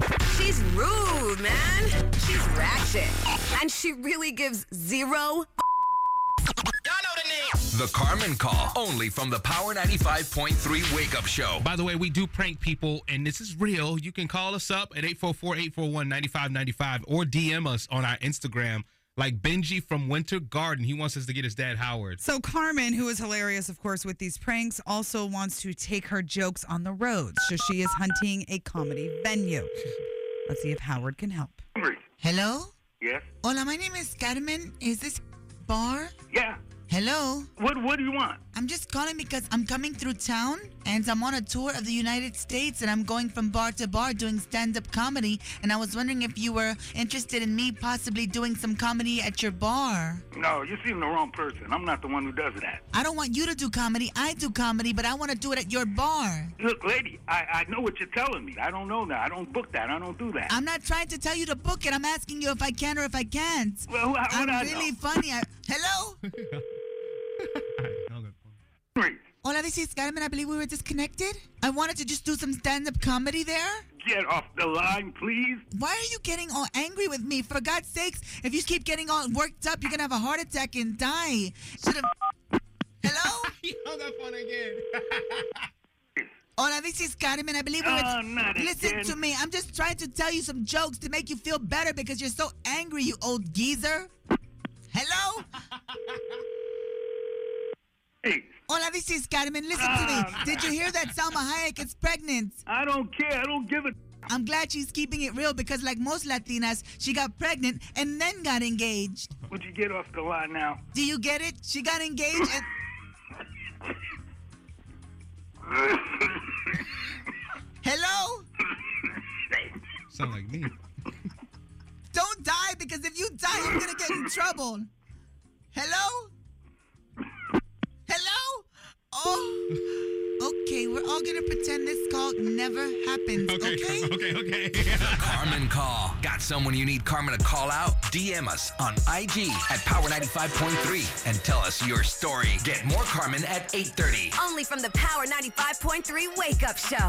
Nice move, man. She's ratchet. And she really gives zero. The Carmen Call, only from the Power 95.3 Wake Up Show. By the way, we do prank people, and this is real. You can call us up at 844-841-9595 or DM us on our Instagram, like Benji from Winter Garden. He wants us to get his dad Howard. So Carmen, who is hilarious, of course, with these pranks, also wants to take her jokes on the road. So she is hunting a comedy venue. Let's see if Howard can help. hungry. Hello? Yes. Hola, my name is Carmen. Is this bar? Yeah. Hello? What What do you want? I'm just calling because I'm coming through town and I'm on a tour of the United States and I'm going from bar to bar doing stand up comedy. And I was wondering if you were interested in me possibly doing some comedy at your bar. No, you seem the wrong person. I'm not the one who does that. I don't want you to do comedy. I do comedy, but I want to do it at your bar. Look, lady, I, I know what you're telling me. I don't know that. I don't book that. I don't do that. I'm not trying to tell you to book it. I'm asking you if I can or if I can't. well, who- how I'm would I really know? funny. I- Hello? Hungry. Hola, this is Carmen. I believe we were disconnected. I wanted to just do some stand up comedy there. Get off the line, please. Why are you getting all angry with me? For God's sakes, if you keep getting all worked up, you're gonna have a heart attack and die. Should have. Hello? He hung up on again. Hola, this is Carmen. I believe we were. Oh, not Listen again. to me. I'm just trying to tell you some jokes to make you feel better because you're so angry, you old geezer. Hello? Hey, Hola, this is Carmen. Listen to me. Oh, Did you hear that Salma Hayek is pregnant? I don't care. I don't give a. I'm glad she's keeping it real because, like most Latinas, she got pregnant and then got engaged. Would you get off the line now? Do you get it? She got engaged and. Hello? Sound like me. Don't die because if you die, you're gonna get in trouble. Hello? Hello? Oh. Okay, we're all gonna pretend this call never happens, okay? okay, okay. Carmen Call. Got someone you need Carmen to call out? DM us on IG at Power 95.3 and tell us your story. Get more Carmen at 830. Only from the Power 95.3 Wake Up Show.